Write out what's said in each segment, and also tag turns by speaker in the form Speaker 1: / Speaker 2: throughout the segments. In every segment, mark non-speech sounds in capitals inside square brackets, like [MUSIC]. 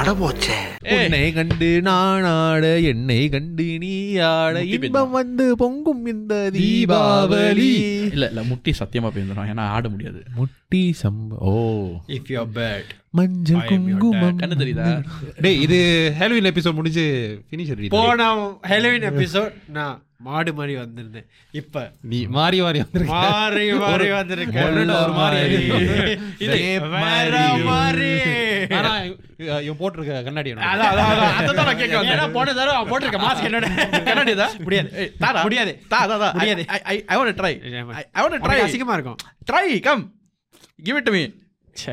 Speaker 1: அடபோச்சே
Speaker 2: உன்னை கண்டு நான் ஆட என்னை கண்டு நீ ஆட
Speaker 3: முட்டி
Speaker 2: இன்பம் வந்து பொங்கும் இந்த
Speaker 3: தீபாவளி
Speaker 2: தீபாவளி
Speaker 3: இல்ல இல்ல முட்டி சத்தியமா பேசணும் ஏன்னா ஆட முடியாது
Speaker 2: முட்டி சம்ப ஓ
Speaker 4: இஃப் யூ பேட்
Speaker 2: மஞ்சள்
Speaker 4: I am your
Speaker 2: குங்குமம்
Speaker 3: கண்ணு தெரியுதா
Speaker 2: டேய் இது ஹேலோவின் எபிசோட் முடிஞ்சு ஃபினிஷர்
Speaker 4: போன ஹெலோவின் எபிசோட் நான் மாடு மாதிரி வந்திருந்தேன் இப்ப
Speaker 2: நீ மாறி மாறி வந்திருக்க
Speaker 4: மாறி மாறி
Speaker 2: ஒரு- ஒரு மாறி.
Speaker 4: வந்திருக்கேன் இது வேற மாறி
Speaker 2: ஆனா இவன் இவன் போட்டிருக்க கண்ணாடி என்னோட.
Speaker 4: அதான், அதான், அதான். அதைத்தான் நான் கேட்க வந்தேன். ஏன்னா, போன தடவை அவன் போட்டிருக்க mask என்னோட கண்ணாடிதா? முடியாது. முடியாது.
Speaker 3: தா தா தா
Speaker 4: முடியாது.
Speaker 3: I- I- I wanna try. I- I wanna try.
Speaker 4: உனக்கு அசிங்கமா இருக்கும்.
Speaker 3: Try, come. Give it to me.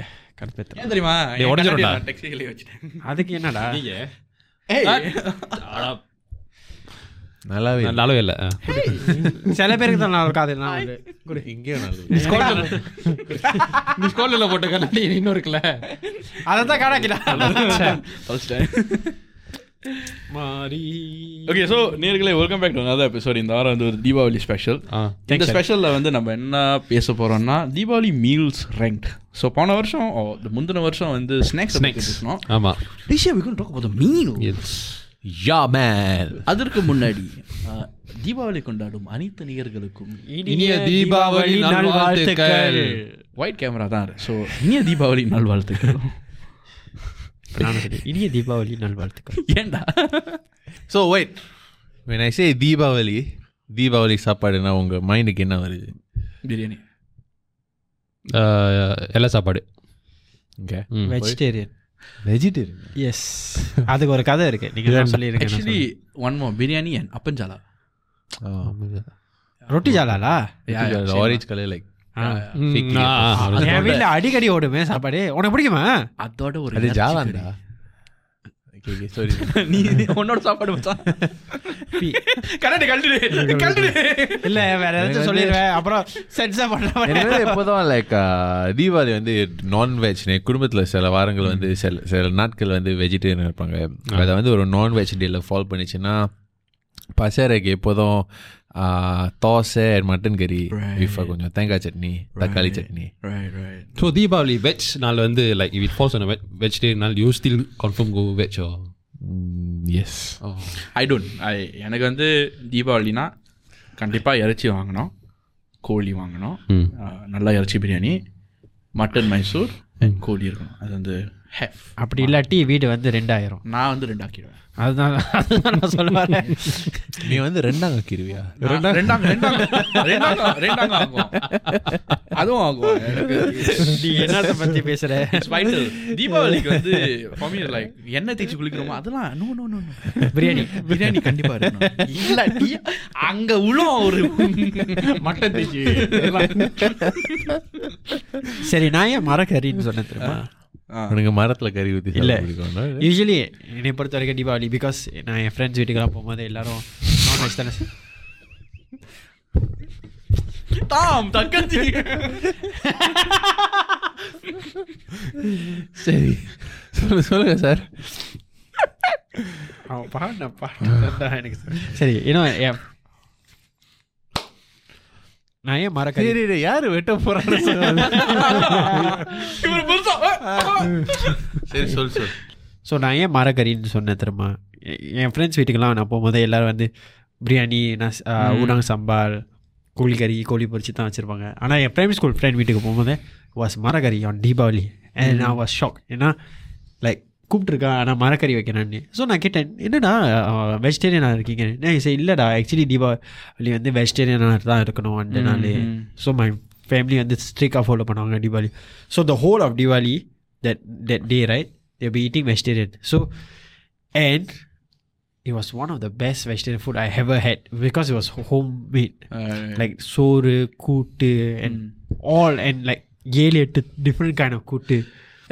Speaker 3: ஏன் தெரியுமா?
Speaker 2: டேய்,
Speaker 3: என்
Speaker 2: உடைஞ்சிரும்டா.
Speaker 3: கண்ணாடியை நான் textile ல வச்சுட்டேன்.
Speaker 4: அதுக்கு என்னடா
Speaker 3: Hey.
Speaker 2: நல்லாவே இல்லை. நல்லாவே இல்லை
Speaker 4: சில பேருக்கு தான் நல்லா இருக்காது நான் வந்து.
Speaker 2: இங்கேயும் நல்லா
Speaker 5: நீ ஸ்கோல்ல போட்ட கண்ணாடி இன்னும் இருக்குல்ல
Speaker 4: அதைத்தான் காணாக்கிட்டான்.
Speaker 3: தொலைச்சிட்டேன்.
Speaker 4: மாறி.
Speaker 3: Okay, so, நேயர்களே, welcome back to another episode. இந்த வாரம் வந்து ஒரு தீபாவளி special. இந்த ஸ்பெஷல்ல வந்து நம்ம என்ன பேச போறோம்னா தீபாவளி மீல்ஸ் ரேங்க் ஸோ போன வருஷம் ஓ, இந்த முந்தின வருஷம் வந்து ஸ்நாக்ஸ் பேசணும்
Speaker 2: ஆமா
Speaker 3: This year we going to talk about the meal.
Speaker 2: Yeah man
Speaker 3: அதற்கு முன்னாடி அஹ், தீபாவளி கொண்டாடும் அனைத்து நேயர்களுக்கும்
Speaker 4: இனிய தீபாவளி நல்வாழ்த்துக்கள்.
Speaker 3: ஒயிட் கேமரா தான் ஸோ [LAUGHS] இனிய தீபாவளி நல்வாழ்த்துக்கள்
Speaker 4: இனிய தீபாவளி நல்வாழ்த்துக்கள்
Speaker 3: [LAUGHS] ஏன்டா
Speaker 2: so white when I say Deepavali Deepavali சாப்பாடுன்னா உங்கள் மைண்டுக்கு என்ன வருது
Speaker 3: பிரியாணி
Speaker 5: எல்லா சாப்பாடு
Speaker 2: ஓகே
Speaker 4: வெஜிடேரியன்
Speaker 2: வெஜிடேரியன்
Speaker 4: [LAUGHS] எஸ் அதுக்கு ஒரு கதை இருக்கு நீங்க தான் சொல்லியிருக்கீங்க
Speaker 3: actually one more biryani and அப்பஞ்சாலா
Speaker 2: Oh.
Speaker 4: ரொட்டி ஜாலாலா
Speaker 2: ஆரேஞ்ச் கலர் லைக்
Speaker 4: என் வீட்டுல அடிக்கடி ஓடுமே சாப்பாடு உனக்கு பிடிக்குமா
Speaker 3: அதோட ஒரு
Speaker 2: அது
Speaker 3: இறைச்சி
Speaker 2: ஜாவாண்டா ஓகே ஓகே [LAUGHS] சாரி
Speaker 3: கறி. [LAUGHS] நீ உன்னோட சாப்பாடு மச்சா [LAUGHS] கரண்ட் [LAUGHS] கழட்டு கழட்டு
Speaker 4: இல்ல வேற ஏதாச்சும் சொல்லிடுவேன் அப்புறம் சென்சா
Speaker 2: எனவே
Speaker 4: பண்ணுவேன்
Speaker 2: எப்போதும் லைக் தீபாவளி வந்து நான்வெஜ் குடும்பத்தில் சில வாரங்கள் வந்து சில சில நாட்கள் வந்து வெஜிடேரியன் இருப்பாங்க அதை வந்து ஒரு நான்வெஜ் டேல ஃபால் பண்ணிச்சுன்னா பசேரைக்கு எப்போதும் ஆ, தோசை மட்டன் கறி beef ஆ கொஞ்சம் தேங்காய் சட்னி தக்காளி chutney
Speaker 3: Right, right.
Speaker 5: So Deepavali veg நாள் வந்து like it falls on vegetarian நாள் you still confirm go veg oh
Speaker 2: yes
Speaker 5: Oh.
Speaker 3: I don't. I எனக்கு வந்து தீபாவளினா கண்டிப்பாக இறைச்சி வாங்கணும் கோழி வாங்கணும் அஹ், நல்லா இறைச்சி பிரியாணி மட்டன் மைசூர் and கோழி இருக்கணும் அது வந்து ஹெஃப்
Speaker 4: அப்படி இல்லாட்டி வீடு வந்து ரெண்டாயிரம்
Speaker 3: நான் வந்து ரெண்டாக்கிடுவேன்
Speaker 4: அதுதான் அதுதான் நான் சொல்ல வரேன்
Speaker 2: நீ வந்து ரெண்டாங்க கிருவியா
Speaker 3: ரெண்டாங்க ரெண்டாங்க ரெண்டாங்க ரெண்டாங்க ஆகும் அதுவும் ஆகும் எனக்கு
Speaker 4: நீ என்னத்தை பத்தி பேசுற
Speaker 3: It's vital. தீபாவளிக்கு வந்து for me லைக் எண்ணெய் தேய்ச்சி குளிக்கிறோமோ அதெல்லாம் no no no
Speaker 4: biryani
Speaker 3: biryani கண்டிப்பா இருக்கணும் இல்லாட்டி அங்க உளும் ஒரு மட்டன் தேய்ச்சி
Speaker 4: சரி நான் ஏன் மரக்கறின்னு சொன்னேன் தெரியுமா
Speaker 3: ஆ.
Speaker 2: உனக்கு மரத்தில் கறி ஊற்றி இல்லை
Speaker 4: இல்ல.
Speaker 2: பிடிக்கும்
Speaker 4: யூஸ்வலி என்னை பொறுத்த வரைக்கும் தீபாவளி பிகாஸ் நான் என் ஃப்ரெண்ட்ஸ் வீட்டுக்கெல்லாம் போகும்போது எல்லாரும் நான்வெஜ் தானே சார்
Speaker 3: தாம் தக்கத்தி
Speaker 2: சரி சொல்லு சொல்லுங்க சார்
Speaker 4: அவன் பாடின பாட்டு தான் எனக்கு சரி. சரி இன்னும் ஏன் நான் ஏன் மறக்க
Speaker 2: சரி யார் வெட்ட போறான்னு
Speaker 3: இவர் புதுசா
Speaker 2: சரி சொல் சொல்
Speaker 4: ஸோ நான் ஏன் மரக்கறின்னு சொன்னேன் தெரியுமா எ- என் ஃப்ரெண்ட்ஸ் வீட்டுக்கெல்லாம் நான் போகும்போது எல்லாரும் வந்து பிரியாணி நஸ் ஆ, ஊடாங் சாம்பார் கோழிக்கறி கோழி பொரிச்சு தான் வச்சுருப்பாங்க ஆனால் என் பிரைமரி ஸ்கூல் ஃப்ரெண்ட் வீட்டுக்கு போகும்போது வாஸ் மரக்கறி ஆன் தீபாவளி அண்ட் நான் வாஸ் ஷாக் ஏன்னா லைக் கூப்பிட்டுருக்கா ஆனால் மரக்கறி வைக்கிறேன்னு ஸோ நான் கேட்டேன் என்னடா வெஜிடேரியனாக இருக்கீங்க நான் சரி இல்லைடா ஆக்சுவலி தீபாவளி வந்து வெஜிடேரியனாக தான் இருக்கணும் அந்த நாள் ஸோ மை ஃபேமிலி வந்து ஸ்ட்ரிக்டாக ஃபாலோ பண்ணுவாங்க Deepavali so the whole of Deepavali that that day right they'll be eating vegetarian so and it was one of the best vegetarian food i ever had because it was homemade like soru kootu and all and like ஏழு எட்டு different kind of kootu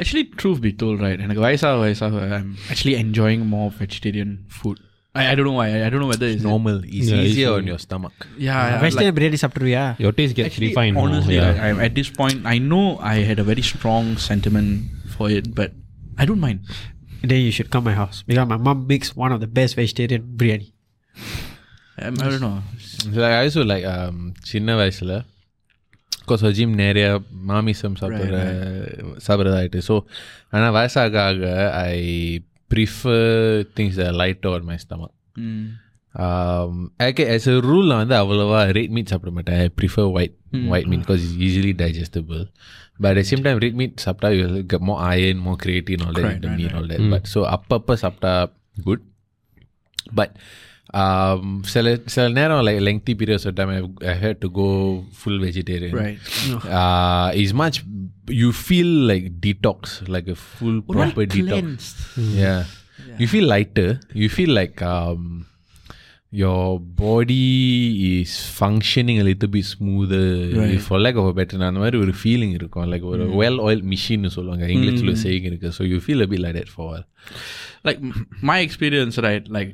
Speaker 3: actually truth be told right எனக்கு வயசாக வயசாக I'm actually enjoying more vegetarian food I I don't I I don't whether is
Speaker 2: normal easy
Speaker 5: Yeah,
Speaker 2: ஈஸியாக
Speaker 5: easy.
Speaker 2: On your stomach
Speaker 3: yeah
Speaker 4: vegetarian biryani சாப்பிட்ருவியா
Speaker 5: your taste gets
Speaker 3: Actually,
Speaker 5: refine
Speaker 3: honestly, I, I, at this point, I know I had a very strong sentiment for it, but I don't mind.
Speaker 4: then you should come my house because my mom makes one of the best vegetarian biryani
Speaker 3: Um, I don't know.
Speaker 2: um, like ஐசோ like சின்ன வயசில் of course gym நிறைய மாமிசம் சாப்பிட்ற சாப்பிட்றதாயிட்டு so ஆனால் வயசாக ஆக I prefer things light over my stomach
Speaker 3: hmm
Speaker 2: okay as a rule வந்து அவ்வளோவா ரெட் மீட் சாப்பிட மாட்டேன் I prefer white
Speaker 3: Hmm.
Speaker 2: White meat because is easily digestible but at same time red meat சாப்பிட்டா you get more iron more creatine all
Speaker 3: Right,
Speaker 2: that
Speaker 3: right, Hmm.
Speaker 2: மீன் all that but so அப்பப்போ சாப்பிட்டா good but um, சில சில நேரம் like lengthy periods time I had to go full vegetarian
Speaker 3: right
Speaker 2: uh, is much you feel like detox like a full proper detox
Speaker 5: Mm.
Speaker 2: yeah. you feel lighter you feel like um your body is functioning a little bit smoother
Speaker 3: Right.
Speaker 2: for lack of a better அந்த மாதிரி ஒரு feeling இருக்கும் like ஒரு well oiled machine னு சொல்லுவாங்க இங்கிலீஷ்ல
Speaker 5: Mm.
Speaker 2: saying இருக்கு so you feel a bit like that for a while
Speaker 3: like m- my experience right like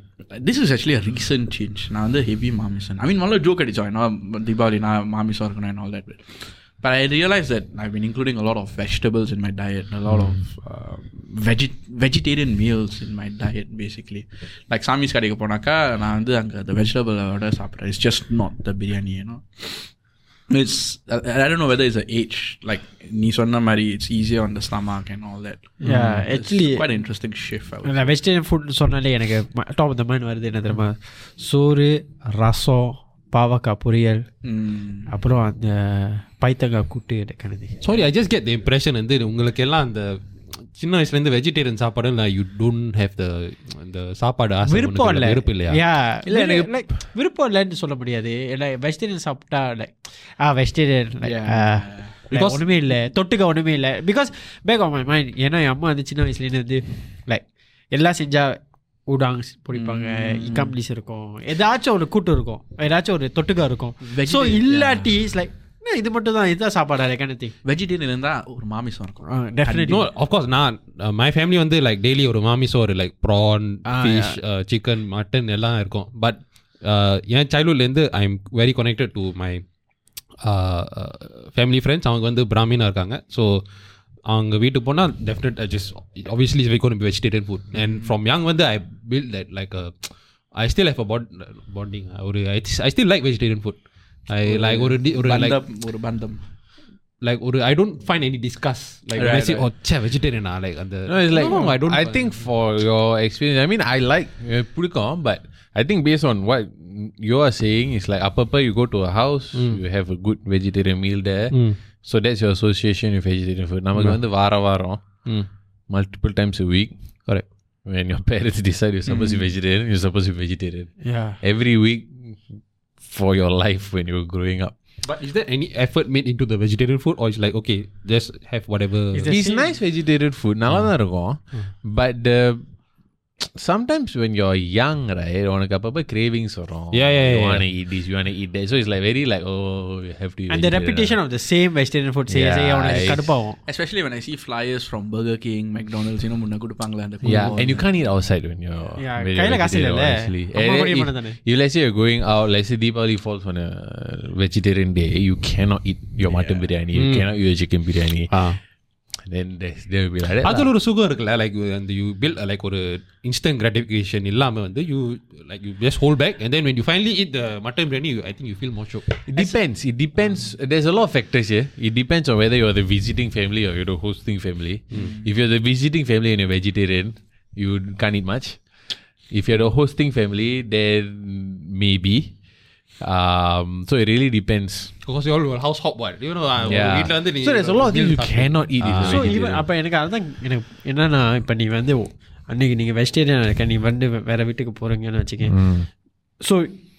Speaker 3: this is actually a recent change நான் வந்து ஹெவி மாமிசன் ஐ மீன் நல்லா ஜோக் அடிச்சோம் ஏன்னா தீபாவளி நான் மாமிசம் இருக்கணும் and all that but but I realized that I've been including a lot of vegetables in my diet and a lot of
Speaker 4: Mm.
Speaker 3: uh, vegi- vegetarian meals in my diet basically like சாமிஸ் கடைக்கு போனாக்கா நான் வந்து அங்கே அந்த வெஜிடபிளோட சாப்பிட்றேன் it's just not the biryani ஏன்னா it's I don't know whether is a age like நீ சொன்ன மாதிரி இட்ஸ் ஈஸியாக on the stomach and all that
Speaker 4: Yeah, actually-
Speaker 3: quite an interesting shift I would
Speaker 4: நான் வெஜிடேரியன் ஃபுட்னு சொன்னாலே எனக்கு டாப் ஆஃப் த மைண்ட் வருது என்ன தெரியுமா சோறு ரசம் பாவக்காய் பொரியல் அப்புறம் அந்த பைத்தங்காய் கூட்டு கணதி
Speaker 5: sorry I just get the impression வந்து உங்களுக்கு எல்லாம் அந்த சின்ன வயசுலேருந்து வெஜிடேரியன் சாப்பாடு இல்லை யூ டோன்ட் ஹேவ் த இந்த சாப்பாடு ஆசை
Speaker 4: விருப்பம்
Speaker 5: உனக்கு
Speaker 4: இல்லை
Speaker 5: இல்ல, விருப்பம் இல்லையா
Speaker 4: இல்லை எனக்கு லைக் விருப்பம் இல்லைன்னு சொல்ல முடியாது இல்லை வெஜிடேரியன் சாப்பிட்டா ah, லைக் ஆ வெஜிடேரியன் ah, பிகாஸ் ஒன்றுமே இல்லை தொட்டுக்க ஒன்றுமே இல்லை because back of my mind ஏன்னா என் அம்மா வந்து சின்ன வயசுலேருந்து வந்து லைக் எல்லாம் செஞ்சால் ஊடாங்ஸ் பிடிப்பாங்க இக்காம்பிளிஸ் இருக்கும் ஏதாச்சும் ஒரு கூட்டு இருக்கும் ஏதாச்சும் ஒரு தொட்டுக்க இருக்கும் ஸோ இல்லாட்டி லைக் இது மட்டும் தான் இதுதான் சாப்பாடா கணத்தி
Speaker 3: வெஜிடேரியன் இருந்தால் ஒரு மாமிசம் இருக்கும்
Speaker 5: நோ
Speaker 4: டெஃபினெட்லி
Speaker 5: அஃப்கோர்ஸ் நான் மை ஃபேமிலி வந்து லைக் டெய்லி ஒரு மாமிசோ ஒரு like prawn fish chicken mutton uh, எல்லாம் இருக்கும் பட் என் சைல்ட்ஹுட்லேருந்து I am very connected to my uh, family friends அவங்க வந்து பிராமினா இருக்காங்க ஸோ அவங்க வீட்டுக்கு போனால் definite just obviously we gone vegetarian food and from young வந்து I built that like I still have a pot bonding ஒரு I still like vegetarian food I like ஒரு di- ஒரு லைக்
Speaker 3: பந்தம் ஒரு பந்தம்
Speaker 5: like ஒரு I don't find any disgust like
Speaker 3: Right,
Speaker 5: when I say oh say வெஜிடேரியனா like அந்த
Speaker 2: No, it's like
Speaker 5: no, no,
Speaker 2: I
Speaker 5: I don't.
Speaker 2: think for your experience, I mean, I like uh, Pudicom, but I think based on what you are saying, it's like upper you go to a house,
Speaker 5: Mm.
Speaker 2: you have a good vegetarian meal there, so that's your association with vegetarian food. நமக்கு வந்து வார வாரம்
Speaker 5: Mm.
Speaker 2: multiple times a week,
Speaker 5: correct.
Speaker 2: when your [LAUGHS] parents decide you're supposed
Speaker 5: Mm.
Speaker 2: to be vegetarian, you're supposed to be vegetarian
Speaker 4: yeah
Speaker 2: every week for your life when you were growing up.
Speaker 5: But is there any effort made into the vegetarian food, or it's like okay, just have whatever?
Speaker 4: Is there-
Speaker 2: it's
Speaker 4: same- Mm.
Speaker 2: nice vegetarian food நல்லா தான் இருக்கும் uh, but sometimes when you are young right உனக்கு அப்பப்போ cravings வரும்
Speaker 5: Yeah, yeah, yeah,
Speaker 2: You
Speaker 5: yeah.
Speaker 2: wanna eat this you wanna eat that so it's like very like oh you have to eat
Speaker 4: அந்த
Speaker 2: vegetarian.
Speaker 4: Repetition of the same vegetarian food செய்ய செய்ய
Speaker 2: Yeah,
Speaker 4: அவனுக்கு
Speaker 2: it's-
Speaker 4: கடுப்பாகும்
Speaker 3: especially when I see flyers from Burger King McDonald's இன்னும் முன்ன கொடுப்பாங்களே அந்த
Speaker 2: Yeah, and you can't eat outside when you're
Speaker 4: Yeah,
Speaker 2: when you're
Speaker 4: கையில காசு
Speaker 2: vegetarian,
Speaker 4: இல்லைல்ல.
Speaker 2: honestly.
Speaker 4: அம்மா
Speaker 2: And
Speaker 4: மறுபடியும்
Speaker 2: if-
Speaker 4: பண்ணதானே?
Speaker 2: if let's say you're going out, let's say Deepavali falls on a vegetarian day, you cannot eat your mutton biryani, you
Speaker 4: Mm.
Speaker 2: cannot eat your chicken biryani. Then there's- there will be like that. lah.
Speaker 5: அதுல ஒரு சுகம் இருக்குல்ல like அந்த you feel like ஒரு instant gratification இல்லாம வந்து you like you just hold back and then when you finally eat the mutton biryani I think you feel more show
Speaker 2: It depends. It depends.
Speaker 5: Mm.
Speaker 2: There's a lot of factors here. It depends on whether you're the visiting family or you're the hosting family.
Speaker 5: Mm.
Speaker 2: If you're the visiting family and you're vegetarian, you can't eat much. If you're the hosting family, then maybe. Um, so it really depends.
Speaker 5: because you all will house hop what you know uh, ஒரு
Speaker 2: Yeah.
Speaker 5: வீட்ல வந்து நீ Ah.
Speaker 2: So there's a lot of things you cannot eat if you're
Speaker 4: so
Speaker 2: vegetarian.
Speaker 4: Even அப்போ எனக்கு அதுதான் எனக்கு என்னன்னா இப்போ நீ வந்து அன்னைக்கு நீங்கள் வெஜிடேரியன் இருக்க நீ வந்து வே- வேற வீட்டுக்கு போகிறீங்கன்னு வச்சுக்கேன் so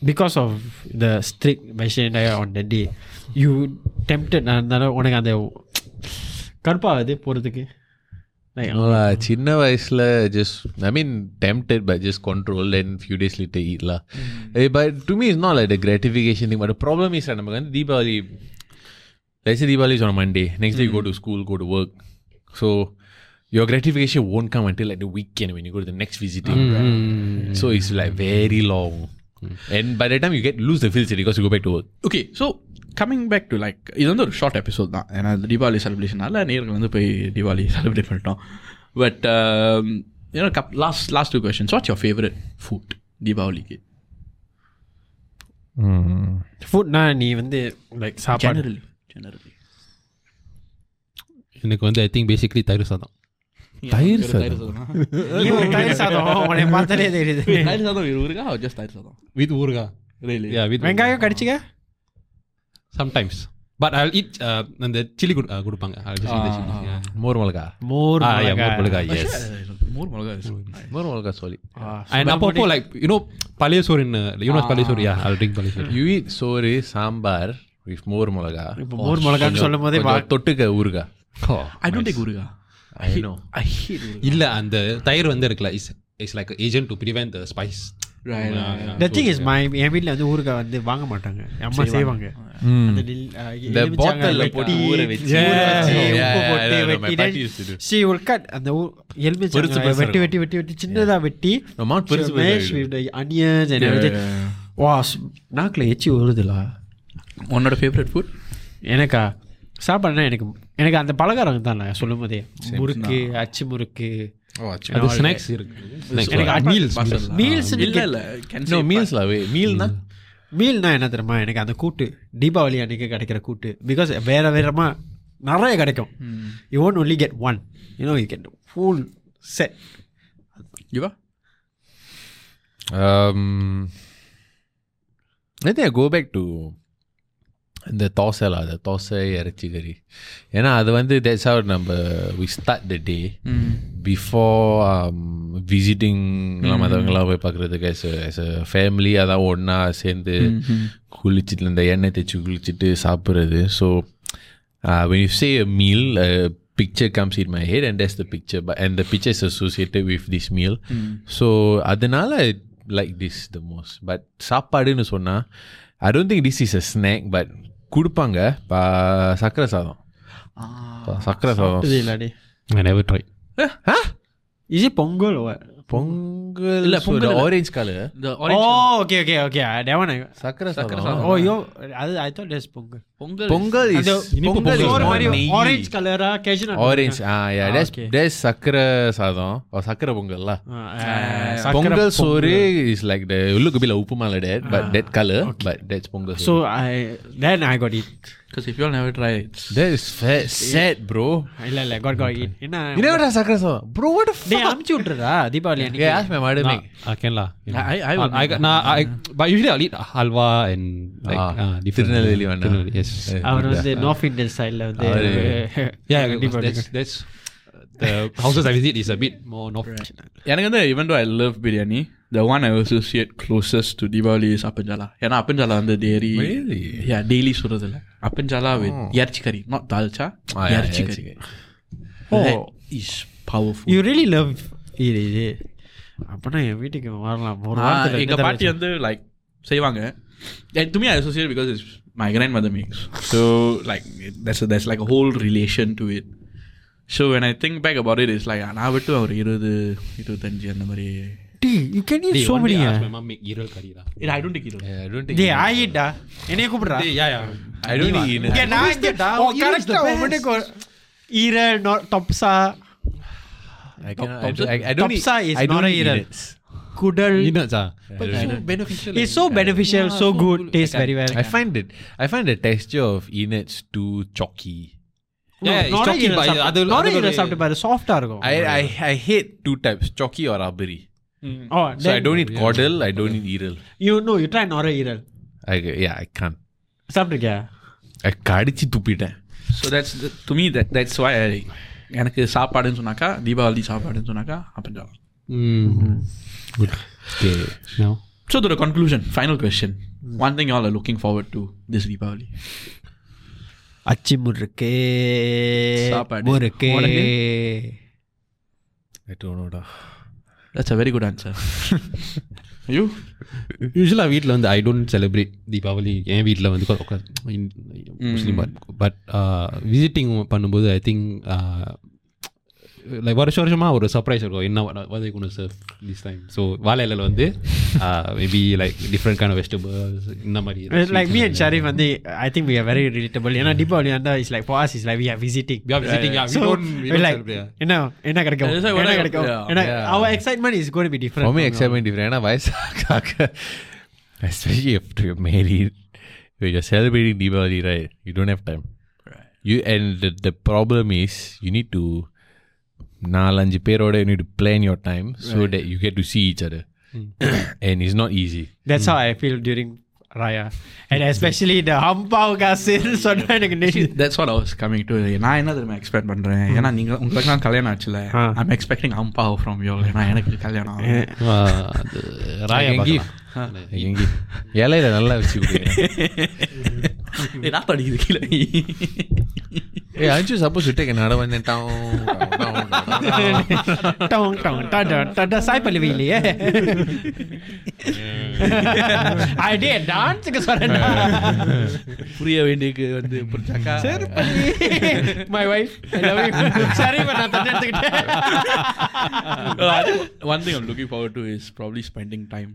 Speaker 4: because of the strict vegetarian diet on the day you tempted இருந்தாலும் உனக்கு அந்த கடுப்பாகுது போகிறதுக்கு
Speaker 2: No lah, சின்ன வயசுல just I mean tempted but just control then few days later eat lah. Eh, but to me it's not like the gratification thing but the problem is that நமக்கு வந்து Deepavali let's say Deepavali is on a Monday next day you go to school go to work so your gratification won't come until like the weekend when you go to the next visiting so it's like very long and by the time you get lose the feel because you go back to work
Speaker 3: okay so coming back to like இது வந்து ஒரு short episode தான் ஏன்னா இது தீபாவளி செலிப்ரேஷனால நேர்கள் வந்து போய் Deepavali celebrate பண்ணிட்டோம் um, பட் ஏன்னா கப் last last two questions what's your favourite food தீபாவளிக்கு
Speaker 4: ஃபுட்னா நீ வந்து லைக் சாப்பாடு
Speaker 3: ஜெனரலி generally.
Speaker 5: எனக்கு வந்து I think basically thayir sadam
Speaker 2: தயிர்
Speaker 3: வெறும்
Speaker 2: சாதம்.
Speaker 3: சாதமா?
Speaker 2: [LAUGHS]
Speaker 4: [LAUGHS] இவன் தயிர் சாதம் உன்னை பார்த்தாலே தெரியுது
Speaker 3: தயிர் சாதம் இரு- இருக்கா or just தயிர் சாதம்
Speaker 5: வித் ஊருகா
Speaker 3: Really?
Speaker 5: யா வித்
Speaker 4: வெங்காயம் கடிச்சிக்க
Speaker 5: sometimes but I it uh, அந்த சில்லி கொடுப்பாங்க I'll just eat the chili.
Speaker 2: Oh.
Speaker 5: Yeah.
Speaker 2: Mor milagai
Speaker 4: mor
Speaker 5: Ah,
Speaker 2: Oh
Speaker 5: yeah, mor milagai, yes.
Speaker 3: Mor milagai is-
Speaker 2: mor milagai சொல்லி
Speaker 5: And அப்பப்போ like, you know, பழைய சோறு in, uh, you know
Speaker 2: Ah.
Speaker 5: பழைய சோறு? Yeah, I'll drink பழைய சோறு.
Speaker 2: You eat soru sambar with mor milagai Oh,
Speaker 4: இப்போ மோர் மிளகான்னு சொல்லும் போதே
Speaker 2: கொஞ்சம் தொட்டுக்க ஊருகா
Speaker 3: I don't take ஊறுகாய்.
Speaker 2: I know.
Speaker 3: I hate ஊறுகாய்.
Speaker 5: இல்ல அந்த தயிர் வந்து இருக்குல்ல is is like agent to prevent the spice
Speaker 3: Right, right, right.
Speaker 4: The thing is my என் வீட்டில் வந்து ஊறுகாய் வந்து வாங்க மாட்டாங்க என் அம்மா செய்வாங்க அந்த நெல்- ஆ,
Speaker 2: இந்த
Speaker 4: எலுமிச்சங்காய்
Speaker 2: bottle ல
Speaker 4: வெட்டி,
Speaker 2: போட்டு ஊற வச்சு.
Speaker 4: ஊற வச்சு,
Speaker 2: Yeah,
Speaker 4: உப்பு
Speaker 2: yeah,
Speaker 4: போட்டு
Speaker 2: I know, my
Speaker 4: வெட்டி,
Speaker 2: பாட்டி
Speaker 4: then
Speaker 2: used to do.
Speaker 4: she will cut அந்த ஊ-
Speaker 2: பெருசு
Speaker 4: எலுமிச்சங்காய்
Speaker 2: பெருசா
Speaker 4: வெட்டி
Speaker 2: இருக்கும்.
Speaker 4: வெட்டி வெட்டி வெட்டி சின்னதா வெட்டி
Speaker 2: நம்ம ஆட் பெருசு பெருசா
Speaker 4: mash
Speaker 2: இருக்கும்.
Speaker 4: with the onions and everything. வா ஸ்- நாக்குல எச்சி வருதுலா
Speaker 3: உன்னோட ஃபேவரட் ஃபுட்
Speaker 4: எனக்கா சாப்பாடுனா எனக்கு எனக்கு அந்த பலகாரம் தான் நான் சொல்லும் போதே முறுக்கு அச்சு முறுக்கு
Speaker 5: அது ஸ்நாக்ஸ் இருக்கு
Speaker 4: எனக்கு
Speaker 5: மீல்ஸ்
Speaker 4: மீல்ஸ்
Speaker 3: இல்ல இல்ல can
Speaker 2: [LAUGHS] No, meals lah, wait. Meal னா?
Speaker 4: மீல்னா என்ன தெரியுமா எனக்கு அந்த கூட்டு தீபாவளி அன்னைக்கு கிடைக்கிற கூட்டு பிகாஸ் வேற வேறமா நிறைய கிடைக்கும் you won't only get one you know you get full set
Speaker 3: யுவா
Speaker 2: Um, I think I go back to இந்த தோசைலாம் அது தோசை இறைச்சி கறி ஏன்னா அது வந்து தேட்ஸ் ஆர் நம்ம we start the day before um, விசிட்டிங்லாம் மற்றவங்களாம் போய் பார்க்குறதுக்கு as a- as a family அதான் ஒன்றா சேர்ந்து குளிச்சுட்டு இந்த எண்ணெய் தேய்ச்சி குளிச்சுட்டு சாப்பிட்றது so uh, when you say a meal a picture comes in my head and that's the picture but and the picture is associated with this meal so அதனால I like this the most but சாப்பாடுன்னு சொன்னா I don't think this is a snack but கொடுப்பாங்க பா- சக்கரை சாதம் சக்கரை சாதம்
Speaker 4: இது இல்லாடி
Speaker 5: ஐ நெவர் ட்ரை
Speaker 4: இது பொங்கல்
Speaker 2: பொங்கல்
Speaker 3: இல்ல,
Speaker 2: இல்ல
Speaker 3: பொங்கல்
Speaker 2: பொங்கல்
Speaker 3: இல்ல.
Speaker 2: ஆரஞ்சு கலர்
Speaker 3: இந்த
Speaker 4: oh
Speaker 3: orange
Speaker 4: okay okay okay டெவன்
Speaker 2: சக்கரை
Speaker 3: சக்கரை
Speaker 2: சாதம்
Speaker 3: சாதம்.
Speaker 4: ஓ யோ அது I thought that's pongal
Speaker 3: pongal
Speaker 2: pongal Oh. is
Speaker 5: இனிப்பு
Speaker 2: பொங்கல்
Speaker 5: பொங்கல்.
Speaker 2: is
Speaker 5: சோறு
Speaker 2: not
Speaker 5: மாதிரி
Speaker 2: நெய்.
Speaker 4: ஆரஞ்சு கலரா கேஷன்
Speaker 2: orange ah yeah
Speaker 4: Ah,
Speaker 2: that's
Speaker 4: okay.
Speaker 2: That's சக்கரை சாதம் or சக்கரை பொங்கல்ல
Speaker 4: Ah,
Speaker 2: pongal soru is like the look பில உப்புமா இல்ல that but that colour but that's pongal so
Speaker 4: so I then I got it
Speaker 3: because if you all never try it
Speaker 2: that is chat bro
Speaker 4: இல்லை இல்லை got got it என்ன
Speaker 2: இன்னொரு சக்கரை சாதம் bro what
Speaker 4: day அமுச்சு விட்டுறா தீபாவளி
Speaker 2: ஏ
Speaker 4: அன்னைக்கு
Speaker 2: ஆஸ் மை மாடு மேக்
Speaker 5: கேன்லா
Speaker 3: I- I would make
Speaker 5: but usually Al it halwa and
Speaker 2: Ah, Tirunelveli வேண்டாம்.
Speaker 5: எஸ்
Speaker 2: Eh,
Speaker 4: அவர் வந்து நார்த் இந்தியன் ஸ்டைலில் வந்து
Speaker 2: அவரு-
Speaker 5: யா
Speaker 4: கண்டிப்பா
Speaker 5: that's that's the houses I visit is a bit more north.
Speaker 3: எனக்கு வந்து even though I love biryani the one I associate closest to Diwali is அப்பஞ்சாலா ஏன்னா அப்பஞ்சாலா வந்து டெய்லி
Speaker 2: Really?
Speaker 3: யா டெய்லி சொல்றது இல்ல அப்பஞ்சாலா with இறைச்சி கறி not dalcha
Speaker 2: Ah, yeah,
Speaker 3: Oh. இறைச்சி
Speaker 2: இறைச்சி
Speaker 3: கறி Oh.
Speaker 2: கறி.
Speaker 3: that is powerful
Speaker 4: you really love இது இது அப்பனா என் வீட்டுக்கு வரலாம் ஒரு
Speaker 3: ஆ,
Speaker 4: வாரத்துல
Speaker 3: எங்க
Speaker 4: ரெண்டு தடவை
Speaker 3: பாட்டி வந்து லைக் செய்வாங்க And to me I associate because it's my grandmother makes so like it- that's a, that's like a whole relation to it so when I think back about it it's like நான் விட்டு ஒரு இருபது இருபத்தஞ்சு அந்த மாதிரி
Speaker 4: டி you can you
Speaker 5: Hey,
Speaker 4: so
Speaker 5: one
Speaker 4: many
Speaker 5: day I
Speaker 4: ah.
Speaker 5: asked my mom make eeral kari தான்.
Speaker 3: it I don't take it
Speaker 2: I don't think
Speaker 4: டேய் ஆயிட்டா என்னைய கூப்பிடுறா
Speaker 5: Hey, yeah, yeah.
Speaker 2: I don't
Speaker 4: இங்க
Speaker 2: ஈட்
Speaker 4: நான் இங்க
Speaker 2: டா?
Speaker 4: ஓ
Speaker 2: You is
Speaker 4: கரெக்ட்டா
Speaker 2: the
Speaker 4: உங்களுக்கு ஒரு ஈரல் நோ டப்ஸா
Speaker 2: ஐ கேன் ஐ டோன்ட்
Speaker 4: டப்ஸா இஸ் நாட் ஈரல் குடல்
Speaker 5: Peanuts ah.
Speaker 4: Is so beneficial so good taste very well
Speaker 2: I find it. I find the texture of innards too chalky.
Speaker 3: Oh,
Speaker 5: Yeah, it's
Speaker 4: not
Speaker 5: chalky, but அது- அது ஒரு-
Speaker 4: ஈரல் சாப்பிட்டு பாரு சாஃப்ட்டா இருக்கும்
Speaker 2: I, I I hate two types: chalky or rubbery.
Speaker 4: Oh
Speaker 2: So I don't eat caudal. I don't eat eel.
Speaker 4: You know you try நார ஈரல்
Speaker 2: I yeah I can't.
Speaker 4: சாப்பிட்டிருக்கியா
Speaker 2: I கடிச்சு துப்பிட்டேன்
Speaker 3: so that's the, to me that that's why I எனக்கு சாப்பாடுன்னு சொன்னாக்கா தீபாவளி சாப்பாடுன்னு சொன்னாக்கா அப்பஞ்சாலா
Speaker 5: Mm. Good. Now.
Speaker 3: So to the conclusion, final question. One thing y'all are looking forward to this Deepavali.
Speaker 4: அச்சி முறுக்கு
Speaker 3: சாப்பாடு.
Speaker 4: முறுக்கு
Speaker 3: உனக்கு?
Speaker 2: I don't know. டா.
Speaker 3: That's a very good answer. [LAUGHS] you?
Speaker 5: யூஸ்வலாக வீட்டில் வந்து ஐ டோன்ட் செலிப்ரேட் தீபாவளி என் வீட்டில் வந்து கொ- கொ- இன்- முஸ்லீமாக இருக்கும் பட் விசிட்டிங் uh, பண்ணும்போது uh, ஐ திங்க் லைக் வருஷம் வருஷமாக ஒரு சர்ப்ரைஸ் இருக்கும் என்ன வாதை கொண்டு சர்வ் திஸ் டைம் ஸோ வாழையில வந்து uh, maybe like different kind vegetables இந்த
Speaker 2: [LAUGHS]
Speaker 5: மாதிரி
Speaker 4: லைக் மீ அண்ட் ஷரீஃப் வந்து I think we are very relatable ஏன்னா தீபாவளி வந்தால் இஸ் லைக் ஃபாஸ் is like we are visiting
Speaker 5: We are visiting, yeah, we don't- we don't celebrate.
Speaker 4: என்ன என்ன கிடைக்கும்
Speaker 3: That's like what
Speaker 4: என்ன
Speaker 3: I-
Speaker 4: கிடைக்கும்
Speaker 3: yeah.
Speaker 4: ஏன்னா
Speaker 2: Yeah.
Speaker 4: Our excitement is gonna be
Speaker 2: For
Speaker 4: different
Speaker 2: me, excitement different. ஏன்னா [LAUGHS] வயசாக especially if you're married, when you're celebrating Diwali, right? You don't have time. you and the, the problem is you need to நாலஞ்சு பேரோட you need to plan your time so that you get to see each other [COUGHS] and it's not easy
Speaker 4: That's
Speaker 5: Hmm.
Speaker 4: how I feel during Raya. And especially the Hampao Gasil [LAUGHS]
Speaker 5: [LAUGHS]
Speaker 4: Sonanic
Speaker 3: that's what ours coming to நான் என்ன தெரியுமா expect பண்ணுறேன் ஏன்னா நீங்கள் உங்களுக்கு நான் கல்யாணம் ஆச்சுல
Speaker 4: ஆ.
Speaker 3: ஐம் எக்ஸ்பெக்டிங் அம்பா ஃப்ரம் யோ ஏன்னா எனக்கு கல்யாணம் ஆகும்.
Speaker 5: Uh, ராயா எங்கி
Speaker 2: எங்கே இலையில நல்லா வச்சு கொடுங்க
Speaker 3: ஏய், நாத்தம் அடிக்குது கீழே
Speaker 2: ஏ அஞ்சு சப்போஸ் விட்டு நட வந்தேன்
Speaker 4: [LAUGHS] Tong tong tada tada cycle wheel
Speaker 5: [LAUGHS]
Speaker 4: [LAUGHS] I did dance ke sorana.
Speaker 3: புரிய வேண்டியக்கு வந்து புரிஞ்சாக்கா
Speaker 4: My wife, I love you. [LAUGHS] Sorry, but நான் தண்ணி எடுத்துக்கிட்டேன்.
Speaker 3: One thing I'm looking forward to is probably spending time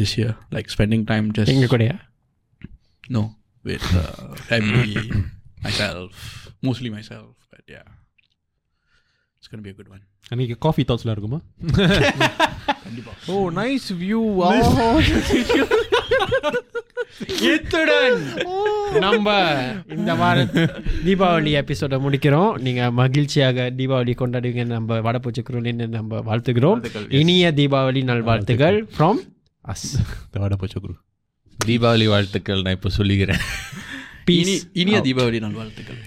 Speaker 3: this year like spending time
Speaker 4: எங்க
Speaker 3: just
Speaker 4: கூடயா
Speaker 3: no with family myself mostly myself but yeah it's gonna be good one
Speaker 5: அன்னைக்கு coffee தாட்ஸ்லாம் இருக்குமா
Speaker 2: oh
Speaker 4: Oh,
Speaker 2: nice
Speaker 4: [LAUGHS]
Speaker 2: view
Speaker 4: இத்துடன் நம்ம இந்த வார தீபாவளி எபிசோட முடிக்கிறோம் நீங்க மகிழ்ச்சியாக தீபாவளி கொண்டாடுவீங்க நம்ம வடபூச்சி குரலின்னு நம்ம வாழ்த்துக்கிறோம் இனிய தீபாவளி நல்வாழ்த்துக்கள் ஃப்ரம் அஸ்
Speaker 5: தவாடா போச்சு குரு
Speaker 2: தீபாவளி வாழ்த்துக்கள் நான் இப்போ சொல்லிக்கிறேன்
Speaker 4: Oh.
Speaker 3: இனி இனிய தீபாவளி நல்வாழ்த்துக்கள்